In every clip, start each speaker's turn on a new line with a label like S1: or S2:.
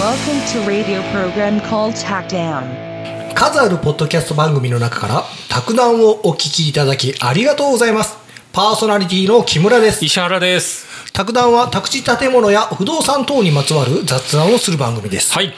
S1: Welcome to radio program called Hackdown.
S2: 数あるポッドキャスト番組の中から、たく談をお聞きいただきありがとうございます。パーソナリティの木村です。
S3: 石原です。
S2: たく談は宅地建物や不動産等にまつわる雑談をする番組です。
S3: はい。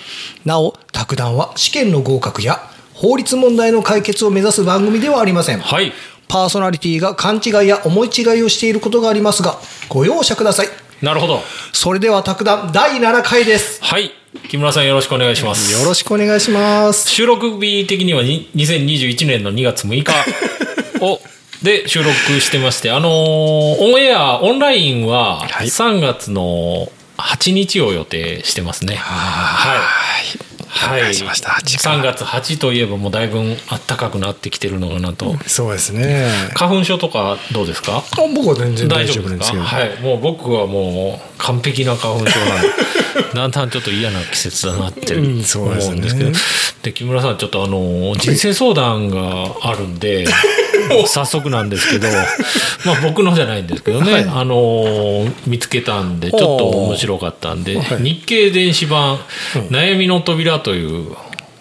S2: なお、たく談は試験の合格や法律問題の解決を目指す番組ではありません。
S3: はい。
S2: パーソナリティが勘違いや思い違いをしていることがありますが、ご容赦ください。
S3: なるほど。
S2: それでは、卓談第7回です。
S3: はい。木村さんよろしくお願いします。
S2: よろしくお願いします。
S3: 収録日的にはに2021年の2月6日 を、で収録してまして、あのーオンエア、オンラインは
S2: はい
S3: 3月の8日を予定してますね。はい。はい。
S2: 了解しました8か
S3: 3月8といえばもうだいぶ暖かくなってきてるのかなと。
S2: そうですね。
S3: 花粉症とかどうですか
S2: 僕は全然大丈夫なん
S3: で
S2: ですすけ
S3: か
S2: ど。
S3: はいもう僕はもう完璧な花粉症 なんでだんだんちょっと嫌な季節だなって思うん
S2: ん
S3: です
S2: そうですね
S3: けど、で木村さんちょっとあの人生相談があるん で早速なんですけどまあ僕のじゃないんですけどね、あの見つけたんでちょっと面白かったんで
S2: はい
S3: 日経電子版「悩みの扉」という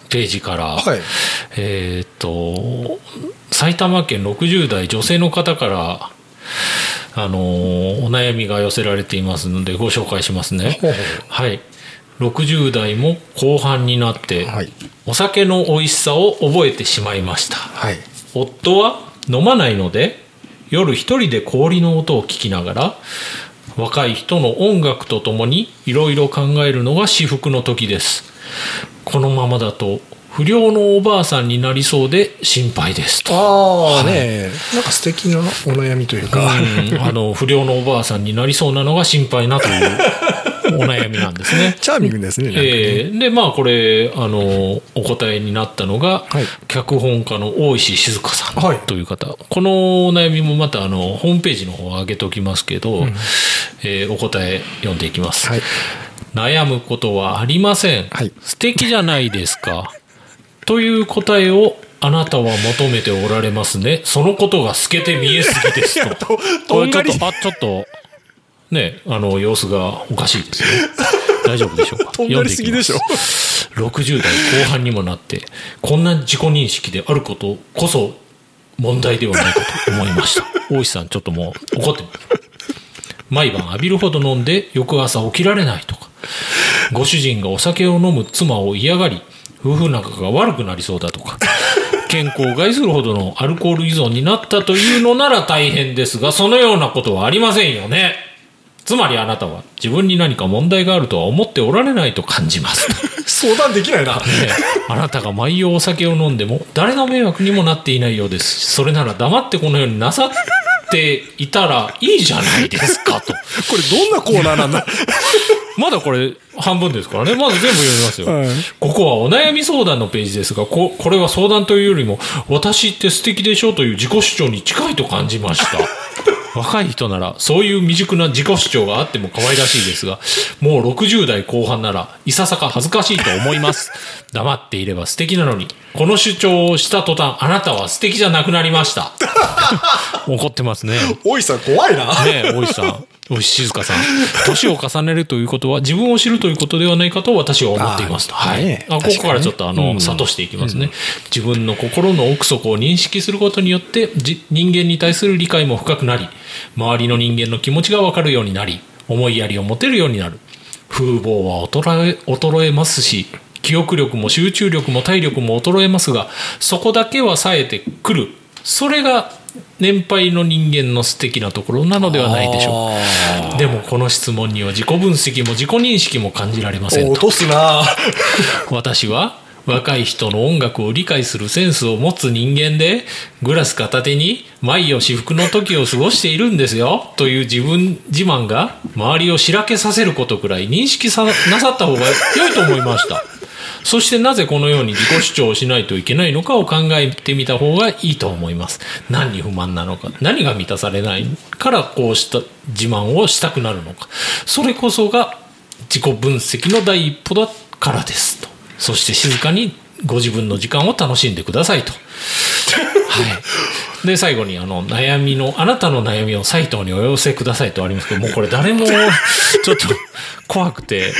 S3: ページから、
S2: はい
S3: えーっと埼玉県60代女性の方からあのーお悩みが寄せられていますのでご紹介しますね
S2: ほうほう。
S3: はい、60代も後半になって、
S2: はい
S3: お酒の美味しさを覚えてしまいました
S2: はい。
S3: 夫は飲まないので夜一人で氷の音を聞きながら若い人の音楽とともにいろいろ考えるのが至福の時ですこのままだと不良のおばあさんになりそうで心配ですと
S2: ああね、なんか素敵なお悩みというか。。
S3: うんあの不良のおばあさんになりそうなのが心配なというお悩みなんですね
S2: チャーミングです ね。なんかね
S3: えーでまあこれあのお答えになったのが、
S2: はい
S3: 脚本家の大石静香さ
S2: はい
S3: んという方、このお悩みもまたあのホームページの方を上げておきますけど、えーお答え読んでいきます、
S2: はい。
S3: 悩むことはありません、
S2: はい
S3: 素敵じゃないですか という答えをあなたは求めておられますねそのことが透けて見えすぎ ですとこれちょっとあちょっとねあの様子がおかしい ですね大丈夫でしょうか
S2: とんがりすぎでしょ
S3: 読んでいきます60代後半にもなってこんな自己認識であることこそ問題ではないかと思いました大石さんちょっともう怒ってます毎晩浴びるほど飲んで翌朝起きられないとかご主人がお酒を飲む妻を嫌がり夫婦仲が悪くなりそうだとか健康を害するほどのアルコール依存になったというのなら大変ですがそのようなことはありませんよねつまりあなたは自分に何か問題があるとは思っておられないと感じます
S2: 相談できないな。
S3: ねあなたが毎夜お酒を飲んでも誰の迷惑にもなっていないようですしそれなら黙ってこのようになさっていたらいいじゃないですかと
S2: これどんなコーナーなんだ
S3: まだこれ半分ですからね。まだ全部読みますよ。
S2: はい
S3: ここはお悩み相談のページですが、ここれは相談というよりも、私って素敵でしょうという自己主張に近いと感じました。 若い人なら、そういう未熟な自己主張があっても可愛らしいですが、もう60代後半なら、いささか恥ずかしいと思います。 黙っていれば素敵なのに、この主張をした途端、あなたは素敵じゃなくなりました。 怒ってますね。
S2: おいさん怖いな。
S3: ねえ、大石さん、大石静香さん。年を重ねるということは、自分を知るということではないかと私は思っていますと。
S2: あー
S3: はい。
S2: ね
S3: あこ
S2: 確か
S3: こ
S2: に
S3: からちょっと、あの、諭していきますね、自分の心の奥底を認識することによって、じ人間に対する理解も深くなり、周りの人間の気持ちがわかるようになり、思いやりを持てるようになる。風貌は衰え、衰えますし、記憶力も集中力も体力も衰えますが、そこだけは冴えてくる。それが年配の人間の素敵なところなのではないでしょうか。でもこの質問には自己分析も自己認識も感じられません
S2: 落
S3: と
S2: とすな。
S3: 私は若い人の音楽を理解するセンスを持つ人間でグラス片手に毎夜至福の時を過ごしているんですよという自分自慢が周りをしらけさせることくらい認識さなさった方が良いと思いましたそしてなぜこのように自己主張をしないといけないのかを考えてみた方がいいと思います。何に不満なのか、何が満たされないからこうした自慢をしたくなるのか、それこそが自己分析の第一歩だからですと。そして静かにご自分の時間を楽しんでくださいと。はい。で、最後に、あの、悩みの、あなたの悩みを斎藤にお寄せくださいとありますけど、もうこれ誰も、ちょっと怖くて、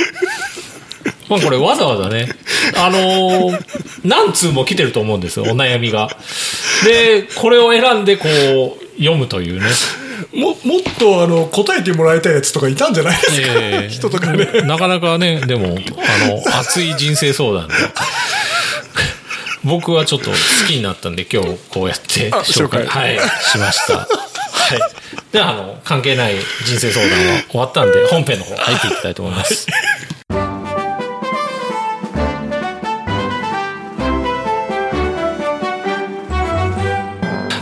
S3: まあこれわざわざね、あのー何通も来てると思うんですよ、お悩みが。で、これを選んでこう、読むというね。
S2: ももっとあの答えてもらいたいやつとかいたんじゃないですか、
S3: ええ
S2: 人とかね
S3: なかなかね、でも、あの、熱い人生相談で。僕はちょっと好きになったんで、今日こうやって
S2: あ
S3: 紹介、
S2: 紹介
S3: はい、しました。はい。では、あの、関係ない人生相談は終わったんで、本編の方入っていきたいと思います。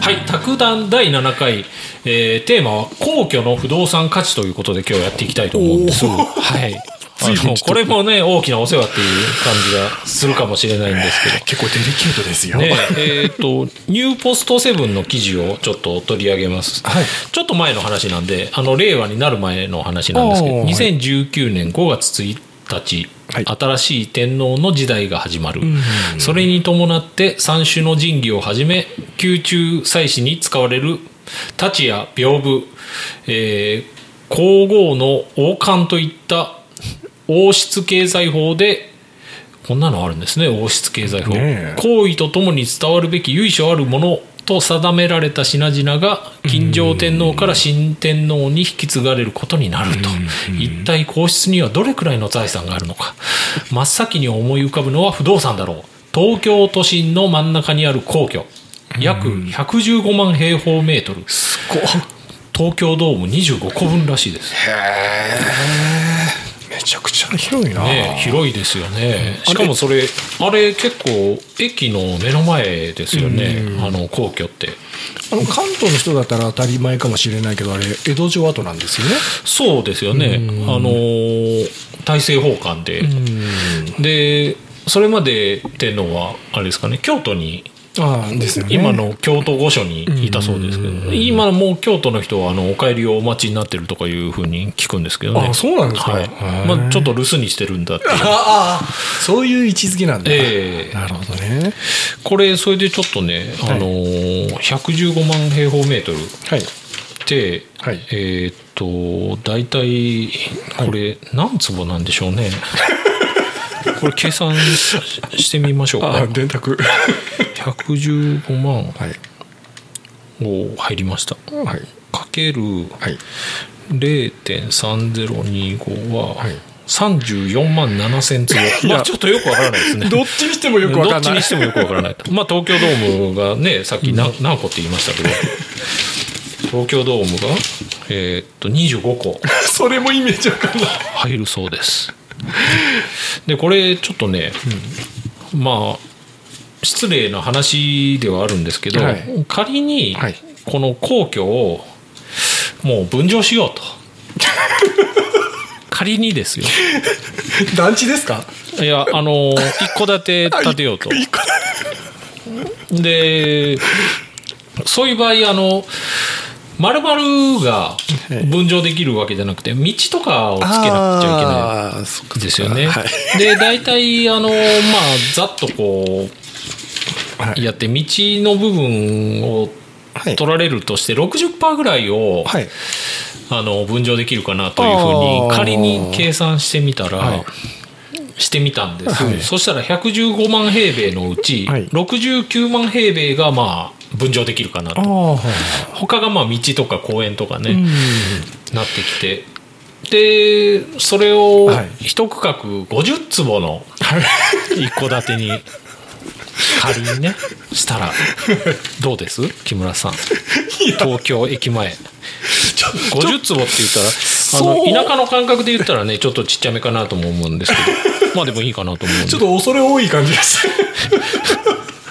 S3: はい、卓談第7回、えーテーマは皇居の不動産価値ということで今日やっていきたいと思うんです。
S2: おー
S3: はい。あ
S2: 随分ちょ
S3: の
S2: っと
S3: これもね、大きなお世話っていう感じがするかもしれないんですけど。
S2: 結構デリケートですよ、
S3: ねえ、えーと、ニューポストセブンの記事をちょっと取り上げます。
S2: はい
S3: ちょっと前の話なんで、あの、令和になる前の話なんですけど、
S2: おーはい
S3: 2019年5月1日、
S2: はい
S3: 新しい天皇の時代が始まる。それに伴って三種の神器をはじめ、宮中祭祀に使われる太刀や屏風、えー皇后の王冠といった王室経済法でこんなのあるんですね王室経済法、
S2: ねえ
S3: 行為とともに伝わるべき由緒あるものと定められた品々が金城天皇から新天皇に引き継がれることになると一体皇室にはどれくらいの財産があるのか真っ先に思い浮かぶのは不動産だろう東京都心の真ん中にある皇居約115万平方メートル東京ドーム25個分らしいです
S2: めちゃくちゃ広いな、
S3: ね、広いですよね。しかもそれ、あれ結構駅の目の前ですよね。あの皇居って。
S2: あの関東の人だったら当たり前かもしれないけどあれ江戸城跡なんですよね
S3: そうですよね。あのー大政奉還で。で、それまで天皇はあれですかね、京都に。
S2: ああですよね
S3: 今の京都御所にいたそうですけど、今もう京都の人はあのお帰りをお待ちになってるとかいうふうに聞くんですけどね。
S2: あそうなんですか
S3: は
S2: へ
S3: い。
S2: ー
S3: まあちょっと留守にしてる んだっていう。
S2: ああそういう位置づけなんだ、
S3: ええ
S2: なるほどね
S3: これそれでちょっとね、あのー115万平方メートルっ
S2: はい
S3: て、
S2: はい
S3: えーっと大体これ何坪なんでしょうね、 これ計算ししてみましょう
S2: ああ
S3: か
S2: 電卓
S3: 115万
S2: はい
S3: を入りました
S2: はい
S3: かける
S2: はい
S3: 0.3025は
S2: はい
S3: 34万7000坪まあちょっとよくわからないですね
S2: どっちにしてもよくわ
S3: ど
S2: か
S3: っ
S2: ん
S3: ち
S2: ない
S3: にしてもよくわからないと。まあ東京ドームがね、さっき何何個って言いましたけど、東京ドームが、えーっと、25個
S2: それもイメージわかんない
S3: 入るそうです。で、これちょっとね、まあ、失礼な話ではあるんですけど、
S2: はい
S3: 仮に
S2: はい、
S3: この皇居を、もう分譲しよう と。仮にですよ。
S2: 団地ですか
S3: いや、あの、一戸建て建てよ うと。
S2: いくら
S3: で、そういう場合、あの、まるまるが分譲できるわけじゃなくて、道とかをつけなくちゃ
S2: あーそっ
S3: いけないですよね。
S2: はい
S3: で、大体、あの、まあ、ざっとこ
S2: は
S3: う、
S2: い
S3: やって、道の部分を
S2: はい
S3: 取られるとして、60%ぐらいを、
S2: はい
S3: あの、分譲できるかなというふうに、
S2: あー
S3: 仮に計算してみたら、
S2: はい
S3: してみたんです、
S2: はい
S3: そしたら115万平米のうち、
S2: はい
S3: 69万平米がまあ分譲できるかな
S2: あ
S3: と
S2: あ
S3: 他がまあ道とか公園とかね、
S2: うん
S3: なってきてでそれを
S2: はい
S3: 一区画50坪の一戸建てに仮にねしたらどうです木村さん東京駅前50坪って言ったら
S2: そう
S3: あの田舎の感覚で言ったらねちょっとちっちゃめかなとも思うんですけどまあでもいいかなと思うんで
S2: ちょっと恐れ多い感じ です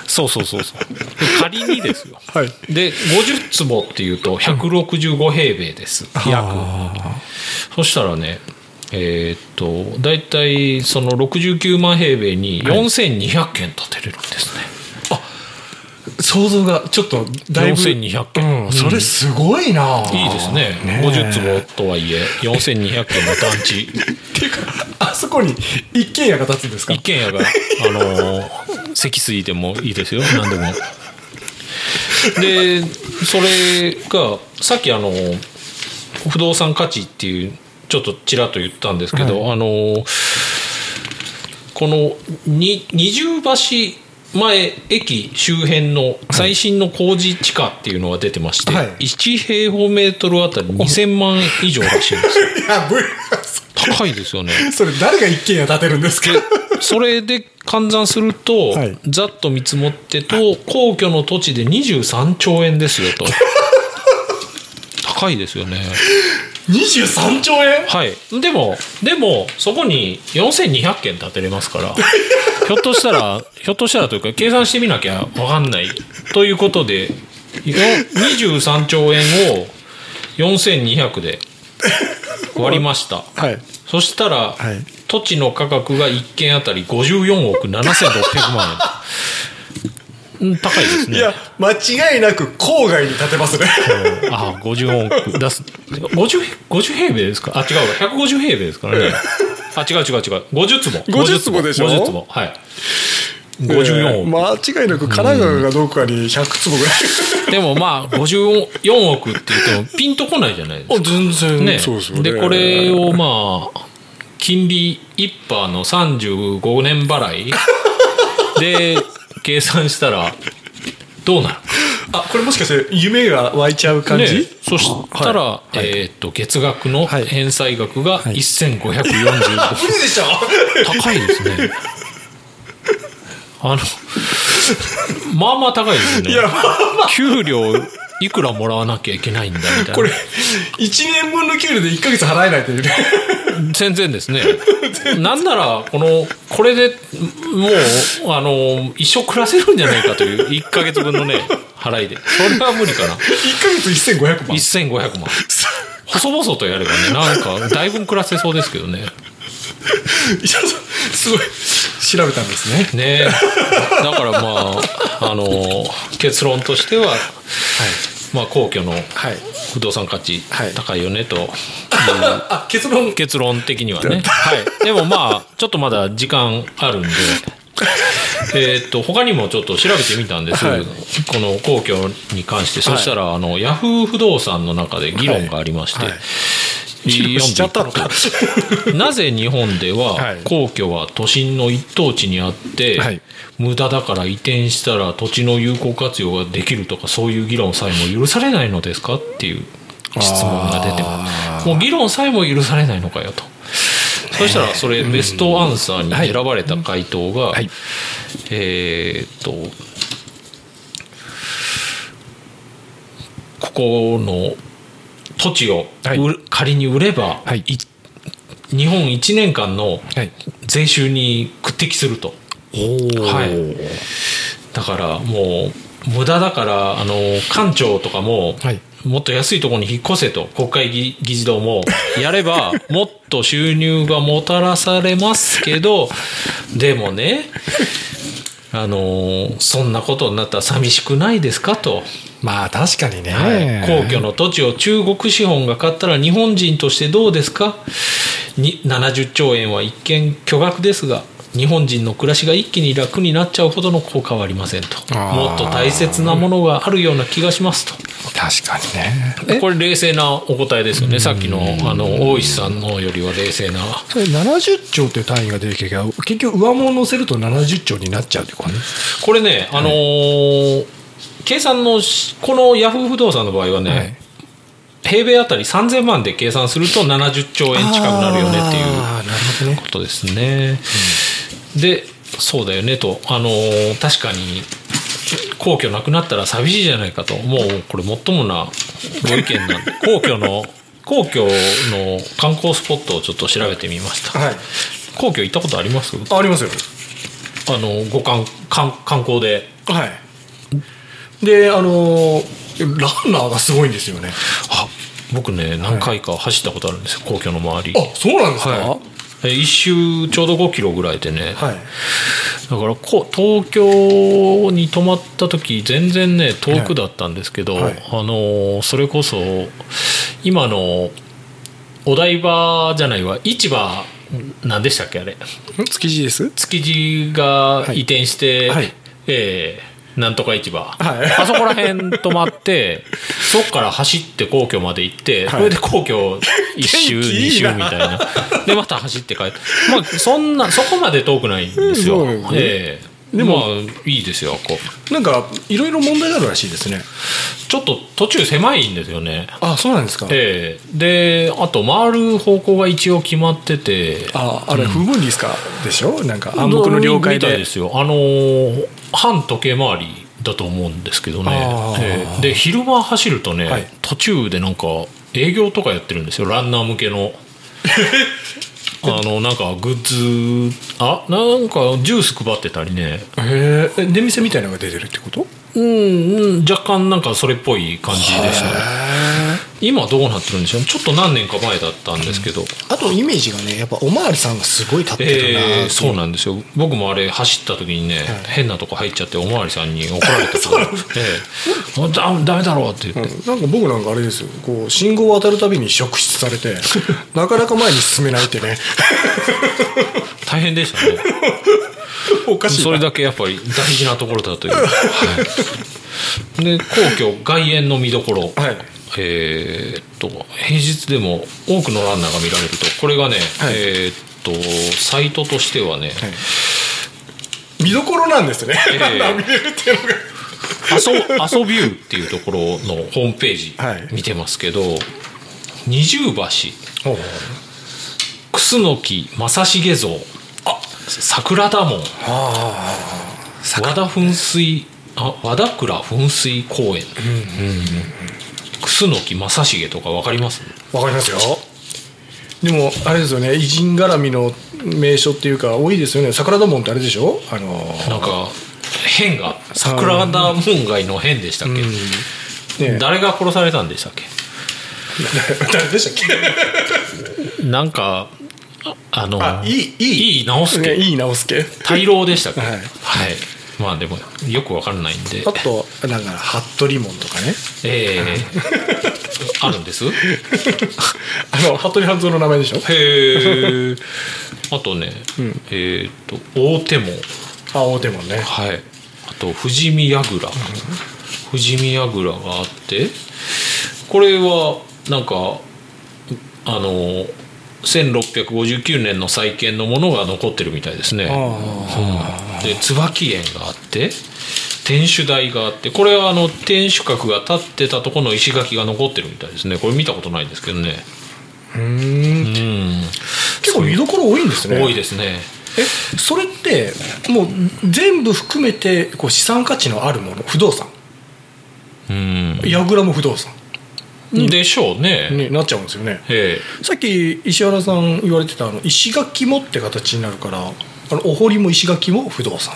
S3: そうそうそうそう仮にですよ
S2: はい
S3: で50坪っていうと165平米です、約そしたらねえーっと大体その69万平米に4200件建てれるんですね、
S2: 想像がちょっとだいぶ
S3: 4200件、
S2: うん、それすごいな、
S3: いいですね
S2: ねえ
S3: 50坪とはいえ4200件の団地
S2: っていうかあそこに一軒家が建つんですか
S3: 一軒家があのー積水でもいいですよ何でもでそれがさっきあの不動産価値っていうちょっとちらっと言ったんですけど、あのこのに二重橋前駅周辺の最新の工事地価っていうのが出てまして、
S2: はい
S3: 1平方メートルあたり2000万円以上らしいんですよ
S2: や、無理。
S3: 高いですよね
S2: それ誰が一軒家建てるんですか
S3: それで換算すると、
S2: はい
S3: ざっと見積もってと皇居の土地で23兆円ですよと 高いですよね
S2: ?23 兆円
S3: はいでもでもそこに4200件建てれますから ひょっとしたらひょっとしたらというか計算してみなきゃ分かんないということでよ23兆円を4200で割りました
S2: はい。
S3: そしたら、
S2: はい
S3: 土地の価格が1軒あたり54億7600万円。うん高いですね。
S2: いや、間違いなく郊外に建て ますね。
S3: ああ、54億出す。50、50平米ですかあ、違うわ。150平米ですからね。あ、違う違う違う。50坪。
S2: 50坪でしょ
S3: ?50 坪。はい。54億。
S2: 間違いなく神奈川がどこかに100坪ぐらい。
S3: でもまあ、54億って言ってもピンとこないじゃないですか。
S2: 全然
S3: ね、
S2: そうですよね。
S3: でこれをまあ金利一波の35年払 いで計算したらどうな
S2: あ、これもしかして夢が湧いちゃう
S3: る
S2: 感
S3: ね
S2: じ、
S3: そしたら、
S2: はい
S3: えーっと月額の
S2: はい
S3: 返済額が
S2: い
S3: 1545、
S2: 無理でしょ
S3: 高いですねあのまあまあ高いですね
S2: いや、まあ
S3: 給料いくらもらわなきゃいけないんだみたいな
S2: これ、1年分の給料で1ヶ月払えないと いうね。
S3: 全然ですねなんならこのこれでもうあの一生暮らせるんじゃないかという1か月分のね払いでそれは無理かな
S2: 1ヶ月1500万。
S3: 1500万細々とやればねなんかだいぶ暮らせそうですけどね
S2: いやすごい。調べたんですね。
S3: ねだからまああの結論としては、まあ皇居の
S2: はい。
S3: 不動産価値
S2: はい
S3: 高いよねという
S2: あ、結論。
S3: 結論的にはね。はい。でもまあ、ちょっとまだ時間あ るんで、えーっと、他にもちょっと調べてみたんです。
S2: はい
S3: この皇居に関して。そしたら、あの、ヤフー不動産の中で議論がありまして、
S2: はいはい
S3: 読んでい
S2: しちゃったのか。
S3: なぜ日本で
S2: は
S3: はい皇居は都心の一等地にあって、
S2: はい
S3: 無駄だから移転したら土地の有効活用ができるとかそういう議論さえも許されないのですかっていう質問が出てますもう議論さえも許されないのかよと。そしたらそれベストアンサーに選ばれた回答が、
S2: はい
S3: えーっとここの土地を売る、仮に売れば、
S2: はい
S3: い日本1年間の
S2: はい。
S3: 税収に匹敵すると
S2: お
S3: はいだからもう無駄だからあの官庁とかも、
S2: はい
S3: もっと安いところに引っ越せと国会議議事 堂もやればもっと収入がもたらされますけど でもねあのそんなことになったら寂しくないですかと。
S2: まあ確かにね。
S3: はい、皇居の土地を中国資本が買ったら日本人としてどうですかに70兆円は一見巨額ですが日本人の暮らしが一気に楽になっちゃうほどの効果はありませんと
S2: あー
S3: もっと大切なものがあるような気がしますと
S2: 確かにね。
S3: これ冷静なお答えですよねさっきのあの大石さんのよりは冷静な
S2: それ70兆って単位が出てきたけど結局上物を乗せると70兆になっちゃうってことね
S3: これねあのー計算のしこのヤフー不動産の場合はね、
S2: はい
S3: 平米あたり3000万で計算すると70兆円近くなるよねっていう
S2: あーなるほどね
S3: ことですね。でそうだよねと、あのー確かに皇居なくなったら寂しいじゃないかともうこれ最もなご意見なん で皇居の皇居の観光スポットをちょっと調べてみました、
S2: はい
S3: 皇居行ったことあります
S2: あありますよ
S3: あのご観観観光で
S2: はいであのーランナーがすごいんですよね
S3: あ僕ね何回か走ったことあるんですよ皇居の周り
S2: あそうなんですか
S3: はいえ一周ちょうど5キロぐらいでね、
S2: はい
S3: だからこう東京に泊まった時全然ね遠くだったんですけど、
S2: はいはい
S3: あのーそれこそ今のお台場じゃないわ市場何でしたっけあれ
S2: 築地です
S3: 築地が移転して、
S2: はいはい
S3: えーなんとか市場、
S2: はい
S3: あそこら辺泊ま ってそっから走って皇居まで行って、それで皇居一周
S2: 天気いいな
S3: 二周みたい なでまた走って帰ってまあそんなそこまで遠くないんですよ、
S2: そうなんですね
S3: ええ
S2: で
S3: で
S2: も
S3: も、まあ、いいですよこう
S2: なんかいろいろ問題があるらしいですね
S3: ちょっと途中狭いんですよね
S2: あそうなんですか
S3: ええであと回る方向が一応決まってて
S2: ああれ不分リスかでしょなんか暗黙の了解
S3: みたい
S2: で
S3: ですよあのー反時計回りだと思うんですけどね
S2: あ、ー
S3: ええで昼間走るとね、
S2: はい
S3: 途中でなんか営業とかやってるんですよランナー向 けのあのなんかグッズあなんかジュース配ってたりね
S2: へえ出店みたいなのが出てるってこと
S3: うん、うん、若干なんかそれっぽい感じですね今どうなってるんでしょうちょっと何年か前だったんですけど、
S2: あとイメージがねやっぱおまわりさんがすごい立ってるな、
S3: えーそうなんですよ僕もあれ走った時にね、変なとこ入っちゃっておまわりさんに怒られ たからええだダメだろうって言って、
S2: なんか僕なんかあれですよこう信号を渡るたびに職質され てなかなか前に進めないってね
S3: 大変でした ね
S2: おかしい
S3: そ
S2: な
S3: れだけやっぱり大事なところだという、はいで皇居外苑の見どころ、
S2: はい
S3: えーっと平日でも多くのランナーが見られるとこれがね、
S2: はい
S3: えーっとサイトとしてはね、
S2: 見どころなんですね、
S3: ええ
S2: ラン ナー見れるっていうのが
S3: アソアソビューっていうところのホームペ
S2: はい
S3: ージ見てますけど、二重橋楠木正成像あ桜田門
S2: あ
S3: 和田噴水あ和田倉噴水公園、楠木正成とか分かります
S2: あわかりますよでもあれですよね偉人絡みの名所っていうか多いですよね桜田門ってあれでしょあのー
S3: なんか変が桜田門外の変でしたっけ、
S2: ね
S3: 誰が殺されたんでしたっけ
S2: 誰でしたっ
S3: なんかああの
S2: あいいいい
S3: いい直す
S2: け、ね、
S3: け
S2: いい直すけ
S3: 大老でしたか
S2: はい
S3: はい、まあでもよくわからないんで
S2: あとなんか服部門とかね
S3: ええ あるんですへ
S2: あの服部半蔵の名前でしょ
S3: えあとね、えっ、と大手門
S2: あ大手門ね
S3: はいあと富士見櫓、富士見櫓があってこれはなんかあの1659年の再建のものが残ってるみたいですねで椿園があって天守台があってこれはあの天守閣が建ってたところの石垣が残ってるみたいですねこれ見たことないですけどね
S2: うん
S3: うん
S2: 結構見どころ多いんですね
S3: 多いですね
S2: えそれってもう全部含めてこう資産価値のあるもの不動産
S3: うん
S2: ヤグラも不動産
S3: でしょうね
S2: になっちゃうんですよね
S3: え
S2: さっき石原さん言われてたあの石垣もって形になるからあのお堀も石垣も不動産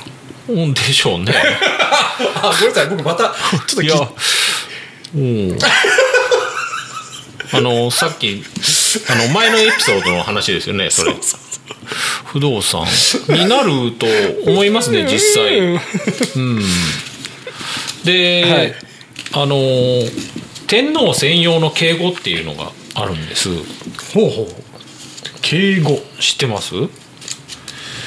S3: えうんでしょうね
S2: あごめんなさい僕またちょ
S3: いやうんあのさっきあの前のエピソードの話ですよねそれ不動産になると思いますね実際で、あのー天皇専用の敬語っていうのがあるんです
S2: ほうほう敬語
S3: 知ってます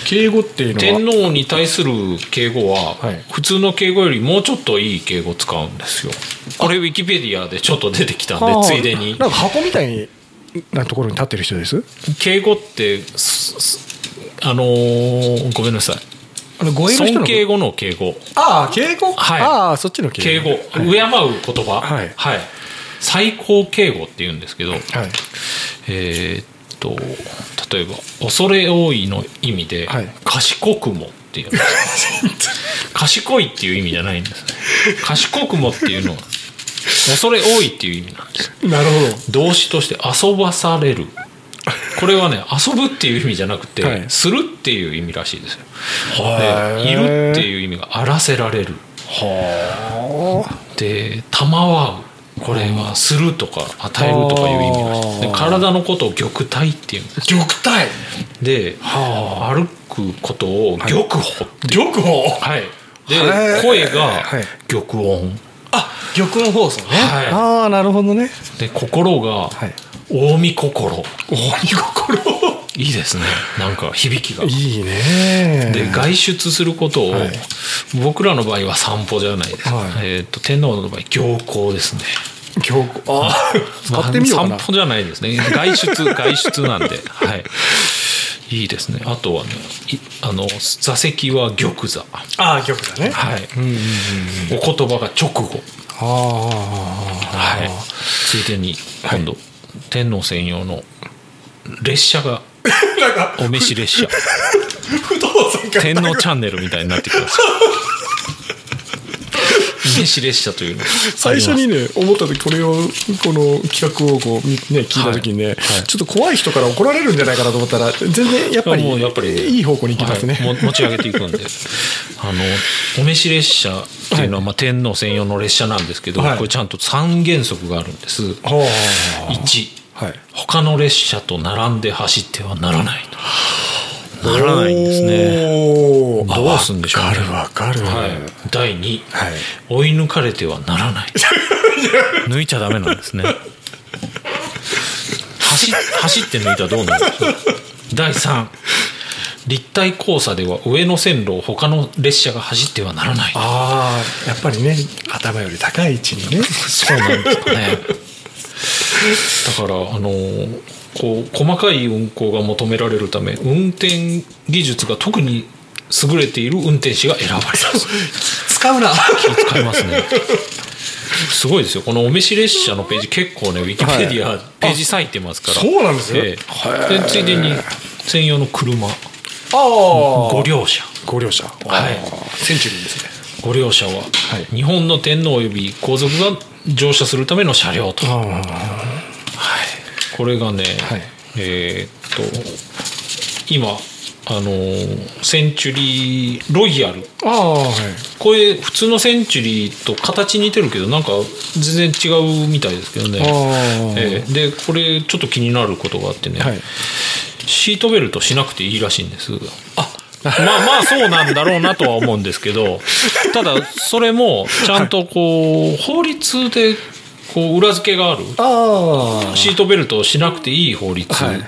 S2: 敬語っていうのは
S3: 天皇に対する敬語は、
S2: はい
S3: 普通の敬語よりもうちょっといい敬語使うんですよこれウィキペディアでちょっと出てきたん
S2: あー
S3: でついでに
S2: なんか箱みたいなところに立ってる人です
S3: 敬語ってすすあのーごめんなさい
S2: あの語
S3: 尊敬語の敬語
S2: ああ敬語、
S3: はい
S2: ああそっちの敬語
S3: 敬語、敬う言葉
S2: はい
S3: 最高敬語って言うんですけど、
S2: はい
S3: えーっと例えば「恐れ多い」の意味で「
S2: はい
S3: 賢くも」って いう賢いっていう意味じゃないんですね賢くもっていうのは恐れ多いっていう意味なんです
S2: なるほど
S3: 動詞として「遊ばされる」これはね遊ぶっていう意味じゃなくて、
S2: はい
S3: するっていう意味らしいですよ
S2: は
S3: でいるっていう意味があらせられるで賜うこれはするとか与えるとかいう意味らしいですで
S2: あー
S3: 体のことを玉体っていうんです
S2: 玉体
S3: で、歩くことを玉歩っていう、
S2: 玉鳳
S3: はい
S2: へ
S3: で
S2: ー
S3: 声が
S2: はい
S3: 玉音、
S2: あ玉音放送ね、
S3: はい
S2: ああなるほどね
S3: で心が
S2: はい
S3: 近江心
S2: 大見心
S3: いいですねなんか響きが
S2: いいね
S3: で外出することを、
S2: はい
S3: 僕らの場合は散歩じゃないです、
S2: はい
S3: えー、と天皇の場合行行ですね
S2: 今日あ 使ってみようか
S3: ま
S2: な
S3: あ散歩じゃないですね外出 外出なんではいいいですねあとはねいあの座席は玉座
S2: ああ曲だね
S3: はい、お言葉が直後
S2: ああ
S3: はいついでに今度、天皇専用の列車が
S2: なんか
S3: お召し列車
S2: 不動産が
S3: 天皇チャンネルみたいになってきますお召し列車というのがあります
S2: 最初にね思った時これをこの企画をこうみね聞いた時にね、ちょっと怖い人から怒られるんじゃないかなと思ったら全然やっぱり
S3: もうやっぱり
S2: いい方向に行きますね、
S3: はいも持ち上げていく んであのお召し列車っていうのは、まあ、天皇専用の列車なんですけど、
S2: はい
S3: これちゃんと3原則があるんです、
S2: はあ
S3: 1
S2: はい
S3: 他の列車と並んで走ってはならないとならないんです
S2: ね
S3: ねどうすんでしょうね
S2: わかるわか
S3: は
S2: る、
S3: い第2、
S2: はい
S3: 追い抜かれてはならない 抜いちゃダメなんですね走走って抜いたらどうなるんでしょう第3立体交差では上の線路を他の列車が走ってはならない
S2: ああやっぱりね頭より高い位置 にね
S3: そうなんですかね。だからあのこう細かい運行が求められるため運転技術が特に優れている運転士が選ばれます。
S2: 使うな
S3: 気使いますね。すごいですよこのお召し列車のページ結構ねウィキペディアページ割いてますから、
S2: そうなんですね
S3: ええでついでに専用の車
S2: ああ
S3: ご両者
S2: ご両者
S3: はい
S2: センチュリーですね
S3: ご両者は、
S2: い
S3: 日本の天皇及び皇族が乗車するための車両と
S2: あ
S3: これがね、
S2: はい
S3: えーっと今あのーセンチュリーロイヤル
S2: あはい
S3: これ普通のセンチュリーと形似てるけどなんか全然違うみたいですけどね、
S2: ああ
S3: えーでこれちょっと気になることがあってね、
S2: はい
S3: シートベルトしなくていいらしいんですあまあまあそうなんだろうなとは思うんです けどただそれもちゃんとこう法律でこう裏付けがある
S2: ああ
S3: シートベルトをしなくていい法律
S2: はい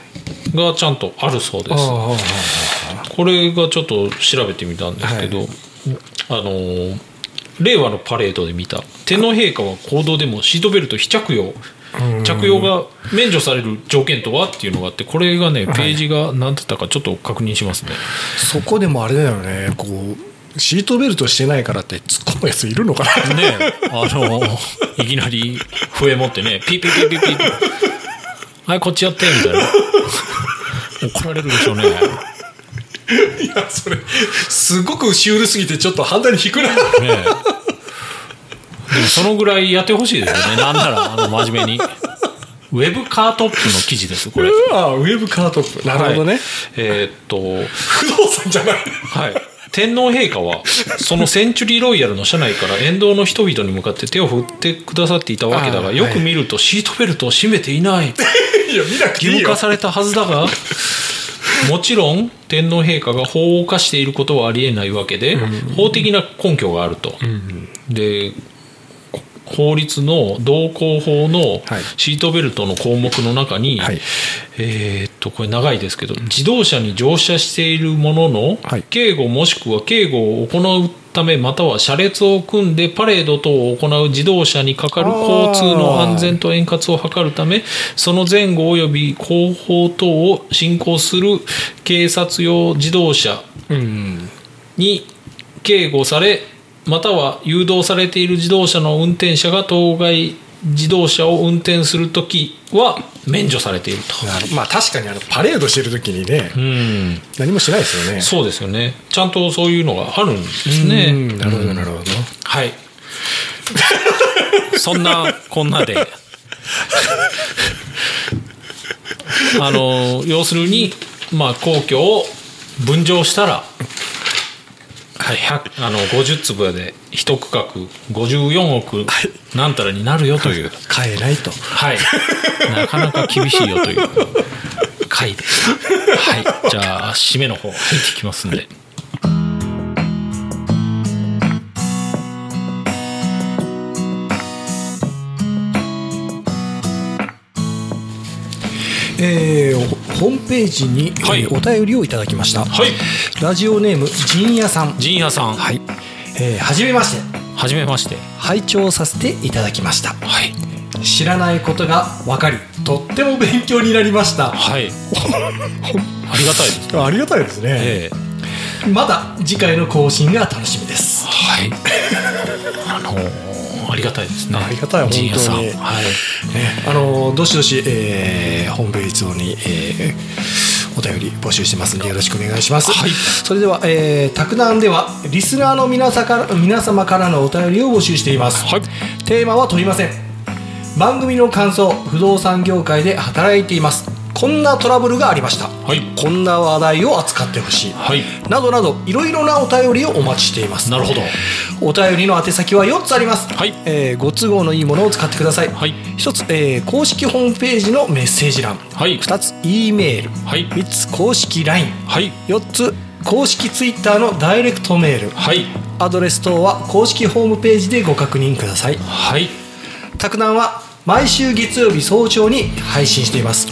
S3: がちゃんとあるそうです、
S2: あ
S3: これがちょっと調べてみたんですけど、あのー令和のパレードで見た天皇陛下は行動でもシートベルト非着用着用が免除される条件とはっていうのがあってこれがねページが何だったかちょっと確認しますね、
S2: あそこでもあれだよねこうシートベルトしてないからって突っ込むやついるのかな
S3: ね あのーいきなり笛持ってねピーピーピーピーピーってはいこっちやってみたいな 怒られるでしょうね
S2: いや それすごくシュールすぎてちょっと判断に引くな
S3: ねえでもそのぐらいやってほしいですよね。なんなら、あの、真面目に。ウェブカートップの記事です、これ。
S2: あウェブカートップなるほどね、
S3: はいえーっと、
S2: 不動産じゃない
S3: はい。天皇陛下は、そのセンチュリーロイヤルの車内から沿道の人々に向かって手を振ってくださっていたわけだ
S2: あ
S3: が、
S2: ー
S3: よく見るとシートベルトを締めていない。
S2: いや見なくて
S3: 義務化されたはずだがもちろん天皇陛下が法を犯していることはありえないわけで、法的な根拠があると、でこ法律の同行法の
S2: はい
S3: シートベルトの項目の中に、
S2: はい
S3: えーっとこれ長いですけど自動車に乗車しているものの、
S2: はい
S3: 警護もしくは警護を行うためまたは車列を組んでパレード等を行う自動車にかかる交通の安全と円滑を図るためその前後及び後方等を進行する警察用自動車
S2: うん
S3: に警護されまたは誘導されている自動車の運転者が当該自動車を運転するときは免除されていると。
S2: なるまあ確かにあのパレードしてる時にね
S3: うん
S2: 何もしないですよね
S3: そうですよね。ちゃんとそういうのがあるんですね。
S2: うんなるほどなるほど
S3: はい。 そんなこんなで。あの要するに、まあ、皇居を分譲したら、はい、100あの50坪で一区画54億なんたらになるよという、
S2: 買えないと
S3: はい、なかなか厳しいよという回でした。はい、じゃあ締めの方入ってきますんで。
S2: えーホームページに、
S3: はい
S2: えーお便りをいただきました、
S3: はい
S2: ラジオネーム陣屋さん
S3: 陣屋さんは
S2: はい、えー、はじめまして
S3: じめまして
S2: 拝聴させていただきました
S3: はい
S2: 知らないことが分かりとっても勉強になりました
S3: はいありがたいです
S2: ありがたいですね、
S3: ええ
S2: まだ次回の更新が楽しみです
S3: はいあのーありがたいですね
S2: ありがたい本当に
S3: 陣屋さんはい
S2: ね、あのどしどし、えーホームページ上に、えーお便り募集してますんでよろしくお願いします、
S3: はい
S2: それでは「えー、タクナン」ではリスナーの皆さから皆様からのお便りを募集しています、
S3: はい
S2: テーマは問いません番組の感想不動産業界で働いていますこんなトラブルがありました、
S3: はい
S2: こんな話題を扱ってほしい、
S3: はい
S2: などなどいろいろなお便りをお待ちしています
S3: なるほど
S2: お便りの宛先は4つあります、
S3: はい
S2: えーご都合のいいものを使ってください、
S3: はい
S2: 1つ、えー公式ホームページのメッセージ欄
S3: はい
S2: 2つ E メール
S3: はい
S2: 3つ公式 LINE4
S3: はい
S2: つ公式 Twitter のダイレクトメール
S3: はい
S2: アドレス等は公式ホームページでご確認ください
S3: はい
S2: 卓南は毎週月曜日早朝に配信しています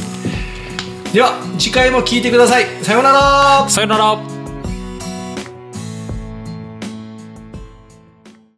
S2: では次回も聞いてくださいさようなら
S3: さよなら